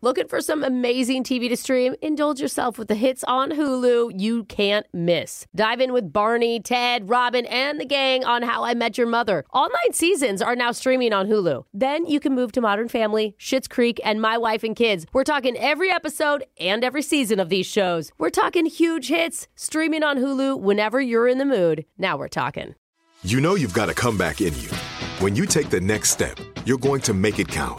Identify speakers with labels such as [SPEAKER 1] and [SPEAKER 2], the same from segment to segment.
[SPEAKER 1] Looking for some amazing TV to stream? Indulge yourself with the hits on Hulu you can't miss. Dive in with Barney, Ted, Robin, and the gang on How I Met Your Mother. All nine seasons are now streaming on Hulu. Then you can move to Modern Family, Schitt's Creek, and My Wife and Kids. We're talking every episode and every season of these shows. We're talking huge hits streaming on Hulu whenever you're in the mood. Now we're talking.
[SPEAKER 2] You know you've got a comeback in you. When you take the next step, you're going to make it count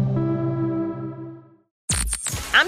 [SPEAKER 3] I'm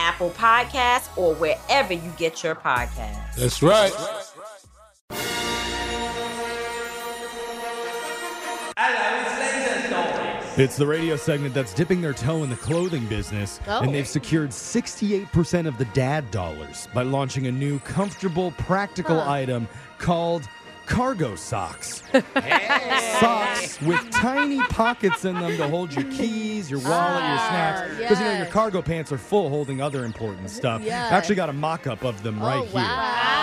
[SPEAKER 3] Apple Podcasts, or wherever you get your podcasts.
[SPEAKER 4] That's right.
[SPEAKER 5] It's the radio segment that's dipping their toe in the clothing business,
[SPEAKER 1] Oh.
[SPEAKER 5] and they've secured 68% of the dad dollars by launching a new comfortable, practical item called cargo socks. Socks with tiny pockets in them to hold your keys, your wallet, your snacks. Because you know your
[SPEAKER 1] Ah, yes.
[SPEAKER 5] cargo pants are full holding other important stuff.
[SPEAKER 1] Yes. Oh,
[SPEAKER 5] I actually got a mock up of them right here.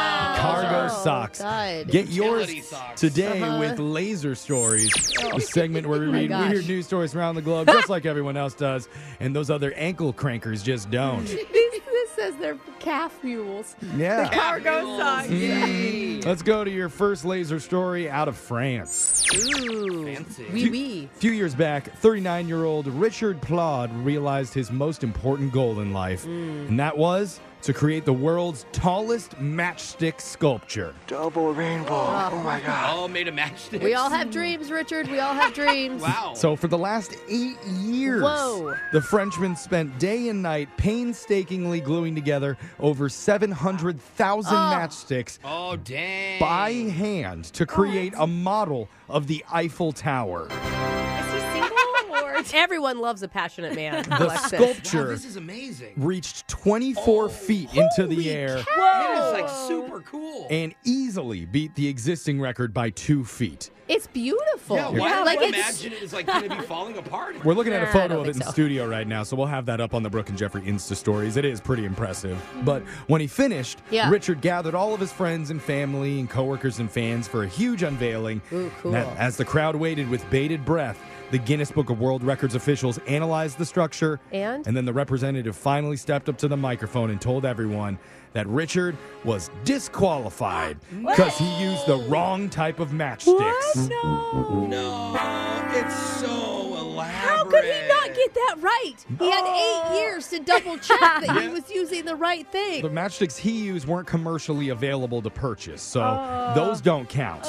[SPEAKER 5] Cargo socks.
[SPEAKER 1] God. Uh-huh.
[SPEAKER 5] Get yours today with Laser Stories, a segment where we read
[SPEAKER 1] Oh, gosh.
[SPEAKER 5] weird news stories around the globe, just like everyone else does, and those other ankle crankers just don't.
[SPEAKER 1] This, this says they're calf mules.
[SPEAKER 5] Yeah. Mm.
[SPEAKER 1] Cargo socks.
[SPEAKER 5] Let's go to your first laser story out of France.
[SPEAKER 1] Wee wee.
[SPEAKER 5] A few years back, 39 year old Richard Plaud realized his most important goal in life,
[SPEAKER 1] Mm.
[SPEAKER 5] and that was to create the world's tallest matchstick sculpture.
[SPEAKER 6] Double rainbow. Oh my god.
[SPEAKER 7] All made a matchstick.
[SPEAKER 1] We all have dreams, Richard. We all have dreams.
[SPEAKER 7] Wow.
[SPEAKER 5] So for the last eight years,
[SPEAKER 1] Whoa.
[SPEAKER 5] the Frenchman spent day and night painstakingly gluing together over 700,000 matchsticks
[SPEAKER 7] oh dang.
[SPEAKER 5] by hand
[SPEAKER 7] Oh,
[SPEAKER 5] to create a model of the Eiffel Tower.
[SPEAKER 1] Everyone loves a passionate man.
[SPEAKER 5] The
[SPEAKER 1] Alexis.
[SPEAKER 7] Wow,
[SPEAKER 5] sculpture
[SPEAKER 7] this is amazing.
[SPEAKER 5] reached 24 feet into the air
[SPEAKER 7] It is like super cool.
[SPEAKER 5] and easily beat the existing record by two feet.
[SPEAKER 1] It's beautiful.
[SPEAKER 7] yeah, why
[SPEAKER 1] like
[SPEAKER 7] would you
[SPEAKER 1] it's
[SPEAKER 7] imagine it is like going to be falling apart?
[SPEAKER 5] We're looking at a
[SPEAKER 1] Nah, I
[SPEAKER 5] photo
[SPEAKER 1] don't
[SPEAKER 5] of it in
[SPEAKER 1] think so.
[SPEAKER 5] studio right now, so we'll have that up on the Brooke and Jeffrey Insta stories. It is pretty impressive. But when he finished,
[SPEAKER 1] Yeah.
[SPEAKER 5] Richard gathered all of his friends and family and coworkers and fans for a huge unveiling.
[SPEAKER 1] Ooh, cool.
[SPEAKER 5] And that- as the crowd waited with bated breath, the Guinness Book of World Records officials analyzed the structure.
[SPEAKER 1] And?
[SPEAKER 5] And then the representative finally stepped up to the microphone and told everyone that Richard was disqualified because he used the wrong type of matchsticks.
[SPEAKER 7] No, it's so elaborate.
[SPEAKER 1] How could he not get that right? He had eight years to double check that he was using the right
[SPEAKER 5] The
[SPEAKER 1] thing.
[SPEAKER 5] matchsticks he used weren't commercially available to purchase, so those don't count.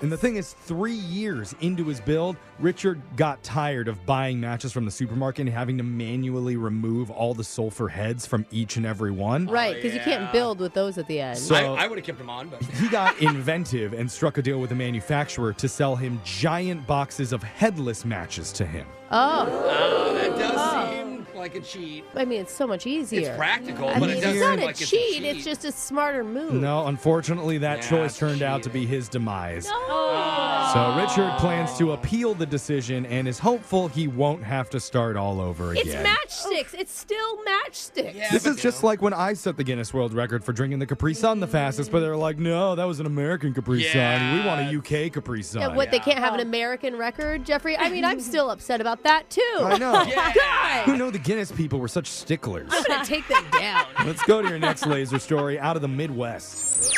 [SPEAKER 5] And the thing is, three years into his build, Richard got tired of buying matches from the supermarket and having to manually remove all the sulfur heads from each and every one.
[SPEAKER 1] Right, because you can't build with those at the end.
[SPEAKER 5] So-
[SPEAKER 7] I, I would have kept him on, but
[SPEAKER 5] He got inventive and struck a deal with a manufacturer to sell him giant boxes of headless matches to him.
[SPEAKER 1] oh,
[SPEAKER 7] oh, that does seem like a cheat.
[SPEAKER 1] I mean, it's so much easier.
[SPEAKER 7] It's practical,
[SPEAKER 1] I
[SPEAKER 7] but
[SPEAKER 1] mean,
[SPEAKER 7] it
[SPEAKER 1] it's
[SPEAKER 7] does
[SPEAKER 1] not
[SPEAKER 7] seem
[SPEAKER 1] a,
[SPEAKER 7] like
[SPEAKER 1] cheat,
[SPEAKER 7] it's a cheat.
[SPEAKER 1] it's just a smarter move.
[SPEAKER 5] No, unfortunately, that
[SPEAKER 7] Yeah,
[SPEAKER 5] choice turned out to be
[SPEAKER 7] cheating.
[SPEAKER 5] his demise.
[SPEAKER 1] Oh.
[SPEAKER 5] So Richard plans to appeal the decision and is hopeful he won't have to start all over again.
[SPEAKER 1] It's matchsticks. It's still matchsticks.
[SPEAKER 7] Yeah,
[SPEAKER 5] This
[SPEAKER 7] but
[SPEAKER 5] is just like when I set the Guinness World Record for drinking the Capri Sun the fastest, but they're like, no, that was an American Capri Sun. We want a UK Capri Sun.
[SPEAKER 1] And
[SPEAKER 7] Oh,
[SPEAKER 1] what they can't have an American record, Jeffrey. I mean, I'm still upset about that too.
[SPEAKER 5] I know.
[SPEAKER 7] Yeah.
[SPEAKER 5] Who know the Guinness people were such sticklers?
[SPEAKER 1] I'm gonna take them down.
[SPEAKER 5] Let's go to your next laser story out of the Midwest.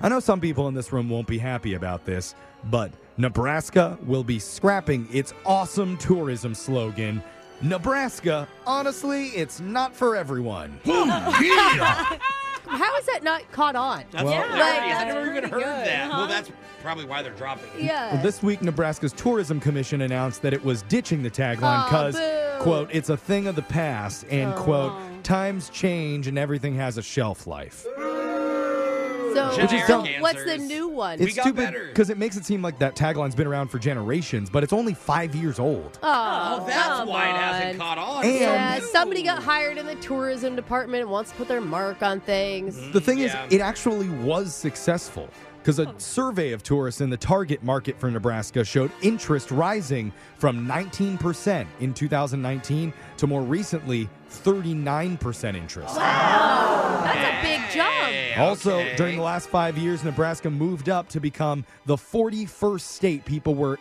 [SPEAKER 5] I know some people in this room won't be happy about this, but Nebraska will be scrapping its awesome tourism slogan. Nebraska, honestly, it's not for everyone.
[SPEAKER 1] How is that not caught on?
[SPEAKER 7] That's
[SPEAKER 5] Well-
[SPEAKER 7] hilarious. I
[SPEAKER 1] that's
[SPEAKER 7] never even
[SPEAKER 1] pretty
[SPEAKER 7] heard
[SPEAKER 1] good,
[SPEAKER 7] that.
[SPEAKER 1] huh?
[SPEAKER 7] Well, that's probably why they're dropping it.
[SPEAKER 1] Yeah.
[SPEAKER 5] Well, this week, Nebraska's Tourism Commission announced that it was ditching the tagline
[SPEAKER 1] Aw,
[SPEAKER 5] because,
[SPEAKER 1] boo.
[SPEAKER 5] quote, it's a thing of the past, and, quote, times change and everything has a shelf life.
[SPEAKER 1] so,
[SPEAKER 7] Which
[SPEAKER 5] is
[SPEAKER 1] so
[SPEAKER 7] dumb.
[SPEAKER 1] what's the new one?
[SPEAKER 7] We got better.
[SPEAKER 5] because it makes it seem like that tagline's been around for generations, but it's only five years old.
[SPEAKER 7] Oh, that's
[SPEAKER 1] come
[SPEAKER 7] why it
[SPEAKER 1] on.
[SPEAKER 7] hasn't caught on.
[SPEAKER 5] And-
[SPEAKER 1] yeah,
[SPEAKER 7] So new.
[SPEAKER 1] somebody got hired in the tourism department and wants to put their mark on things.
[SPEAKER 5] The thing
[SPEAKER 7] Yeah.
[SPEAKER 5] is, it actually was successful because a survey of tourists in the target market for Nebraska showed interest rising from 19% in 2019 to more recently 39% interest.
[SPEAKER 1] That's a big jump.
[SPEAKER 5] Also,
[SPEAKER 7] Okay.
[SPEAKER 5] during the last five years, Nebraska moved up to become the 41st state people were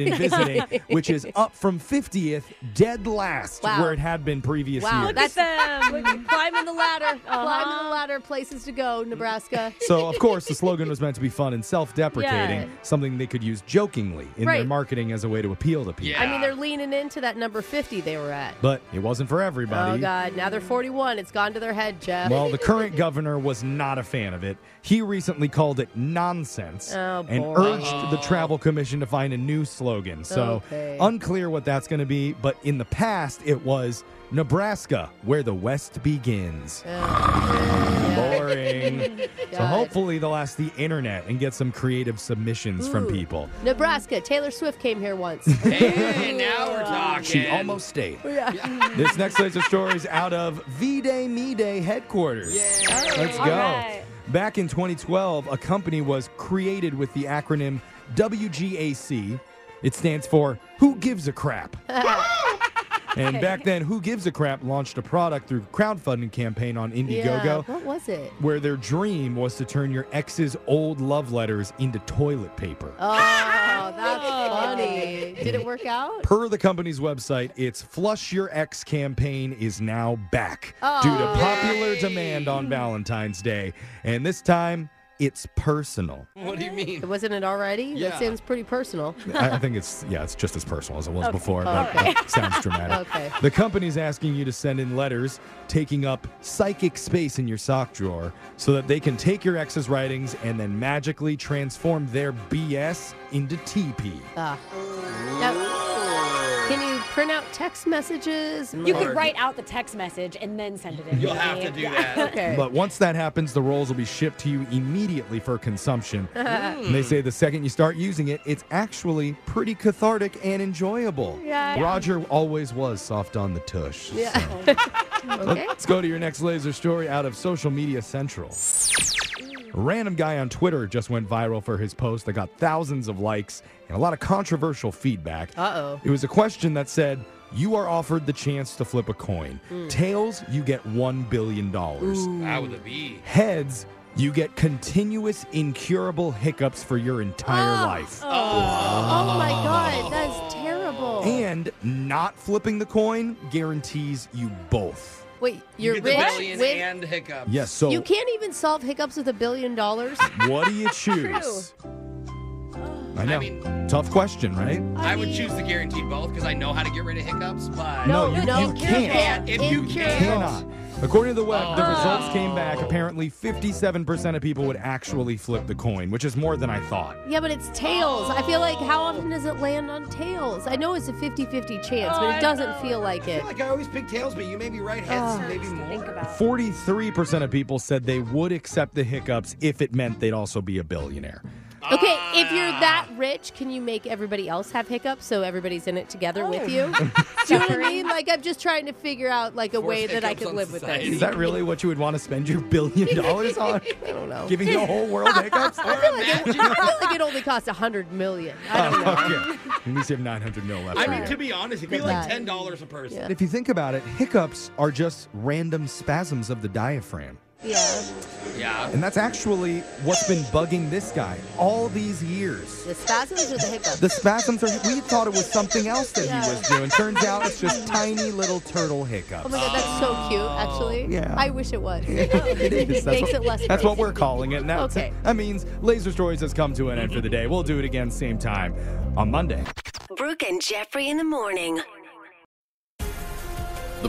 [SPEAKER 5] in visiting, which is up from 50th, dead last,
[SPEAKER 1] Wow.
[SPEAKER 5] where it had been previous
[SPEAKER 1] Wow,
[SPEAKER 5] years.
[SPEAKER 1] that's
[SPEAKER 8] them climbing the ladder.
[SPEAKER 1] climbing the ladder, places to go, Nebraska.
[SPEAKER 5] So, of course, the slogan was meant to be fun and self deprecating,
[SPEAKER 1] Yeah.
[SPEAKER 5] something they could use jokingly in their
[SPEAKER 1] Right.
[SPEAKER 5] marketing as a way to appeal to people.
[SPEAKER 7] Yeah.
[SPEAKER 1] I mean, they're leaning into that number 50 they were at.
[SPEAKER 5] But it wasn't for everybody.
[SPEAKER 1] Oh, God. Now they're 41. It's gone to their head, Jeff.
[SPEAKER 5] Well, the current governor was not a fan of it. He recently called it nonsense
[SPEAKER 1] Oh,
[SPEAKER 5] and
[SPEAKER 1] boy.
[SPEAKER 5] urged the Travel Commission to find a new slogan. So,
[SPEAKER 1] Okay.
[SPEAKER 5] unclear what that's going to be, but in the past, it was Nebraska, where the West begins. Boring. so,
[SPEAKER 1] God.
[SPEAKER 5] hopefully, they'll ask the internet and get some creative submissions from
[SPEAKER 1] Ooh.
[SPEAKER 5] people.
[SPEAKER 1] Nebraska. Taylor Swift came here once.
[SPEAKER 7] Hey, now we're talking.
[SPEAKER 5] She almost stayed. this next laser story is out of V Day Me Day headquarters. Let's go. Back in 2012, a company was created with the acronym WGAC. It stands for Who Gives a Crap. and back then, Who Gives a Crap launched a product through crowdfunding campaign on
[SPEAKER 1] Yeah.
[SPEAKER 5] Indiegogo.
[SPEAKER 1] What was it?
[SPEAKER 5] Where their dream was to turn your ex's old love letters into toilet paper.
[SPEAKER 1] Oh, that's funny. Did it work out?
[SPEAKER 5] Per the company's website, its Flush Your Ex campaign is now back due to popular demand on Valentine's Day. And this time, it's personal.
[SPEAKER 7] What do you mean?
[SPEAKER 1] Wasn't it already?
[SPEAKER 7] Yeah.
[SPEAKER 1] That seems pretty personal.
[SPEAKER 5] I I think it's, yeah, it's just as personal as it was before, but that sounds dramatic.
[SPEAKER 1] Okay.
[SPEAKER 5] The company's asking you to send in letters taking up psychic space in your sock drawer so that they can take your ex's writings and then magically transform their BS into TP.
[SPEAKER 1] Now, can you print out text messages?
[SPEAKER 8] You could write out the text message and then send it in.
[SPEAKER 7] You'll have to do that.
[SPEAKER 1] Okay.
[SPEAKER 5] But once that happens, the rolls will be shipped to you immediately for consumption.
[SPEAKER 1] Hmm.
[SPEAKER 5] and they say the second you start using it, it's actually pretty cathartic and enjoyable.
[SPEAKER 1] Yeah.
[SPEAKER 5] Roger always was soft on the tush. so.
[SPEAKER 1] okay.
[SPEAKER 5] Let's go to your next laser story out of Social Media Central. A random guy on Twitter just went viral for his post that got thousands of likes and a lot of controversial feedback.
[SPEAKER 1] Uh-oh.
[SPEAKER 5] It was a question that said, You are offered the chance to flip a coin.
[SPEAKER 1] Hmm.
[SPEAKER 5] Tails, you get $1 billion.
[SPEAKER 7] How would it be?
[SPEAKER 5] Heads, you get continuous incurable hiccups for your entire
[SPEAKER 1] Ah.
[SPEAKER 5] life.
[SPEAKER 1] Oh my God, that's terrible.
[SPEAKER 5] And not flipping the coin guarantees you both.
[SPEAKER 1] Wait, you're
[SPEAKER 7] you get the
[SPEAKER 1] rich
[SPEAKER 7] billion
[SPEAKER 1] with
[SPEAKER 7] and hiccups.
[SPEAKER 5] Yes, so
[SPEAKER 1] you can't even solve hiccups with a billion dollars.
[SPEAKER 5] what do you choose? I know.
[SPEAKER 7] mean-
[SPEAKER 5] Tough question, right?
[SPEAKER 7] I would choose the guaranteed both because I know how to get rid of hiccups, but
[SPEAKER 5] No,
[SPEAKER 1] no,
[SPEAKER 5] you-
[SPEAKER 1] no,
[SPEAKER 5] you can't.
[SPEAKER 7] If you
[SPEAKER 1] Incurable.
[SPEAKER 5] Cannot. According to the web,
[SPEAKER 1] Oh.
[SPEAKER 5] the results came back. Apparently, 57% of people would actually flip the coin, which is more than I thought.
[SPEAKER 1] Yeah, but it's tails. I feel like how often does it land on tails? I know it's a 50-50 chance, but it doesn't feel like
[SPEAKER 7] I
[SPEAKER 1] it.
[SPEAKER 7] feel like I always pick tails, but you may be right. Heads, maybe more.
[SPEAKER 8] Think about
[SPEAKER 5] 43% of people said they would accept the hiccups if it meant they'd also be a billionaire.
[SPEAKER 1] Okay, if you're that rich, can you make everybody else have hiccups so everybody's in it together with you? Do you know what I mean? Like I'm just trying to figure out like a way that I
[SPEAKER 7] hiccups
[SPEAKER 1] could
[SPEAKER 7] on
[SPEAKER 1] live with
[SPEAKER 7] society.
[SPEAKER 1] this.
[SPEAKER 5] Is that really what you would want to spend your billion dollars on?
[SPEAKER 1] I don't know.
[SPEAKER 5] Giving the whole world hiccups?
[SPEAKER 1] I feel, like it, I feel like it only costs a hundred million.
[SPEAKER 5] Oh,
[SPEAKER 1] I don't know.
[SPEAKER 5] okay. At least you have 900 mil left.
[SPEAKER 7] I
[SPEAKER 5] over.
[SPEAKER 7] mean, to be honest, it'd be like ten dollars a person.
[SPEAKER 1] Yeah.
[SPEAKER 5] If you think about it, hiccups are just random spasms of the diaphragm.
[SPEAKER 1] Yeah.
[SPEAKER 7] Yeah.
[SPEAKER 5] And that's actually what's been bugging this guy all these years.
[SPEAKER 1] The spasms or the hiccups?
[SPEAKER 5] The spasms are, we thought it was something else that
[SPEAKER 1] Yeah.
[SPEAKER 5] he was doing. Turns out it's just tiny little turtle hiccups.
[SPEAKER 1] Oh my god, that's so cute, actually.
[SPEAKER 5] Oh. Yeah.
[SPEAKER 1] I wish it was.
[SPEAKER 5] it is. That's
[SPEAKER 1] Makes
[SPEAKER 5] what,
[SPEAKER 1] it less
[SPEAKER 5] That's what
[SPEAKER 1] crazy.
[SPEAKER 5] we're calling it. And that's,
[SPEAKER 1] Okay.
[SPEAKER 5] That means Laser Stories has come to an end for the day. We'll do it again same time on Monday.
[SPEAKER 9] Brooke and Jeffrey in the morning.
[SPEAKER 4] The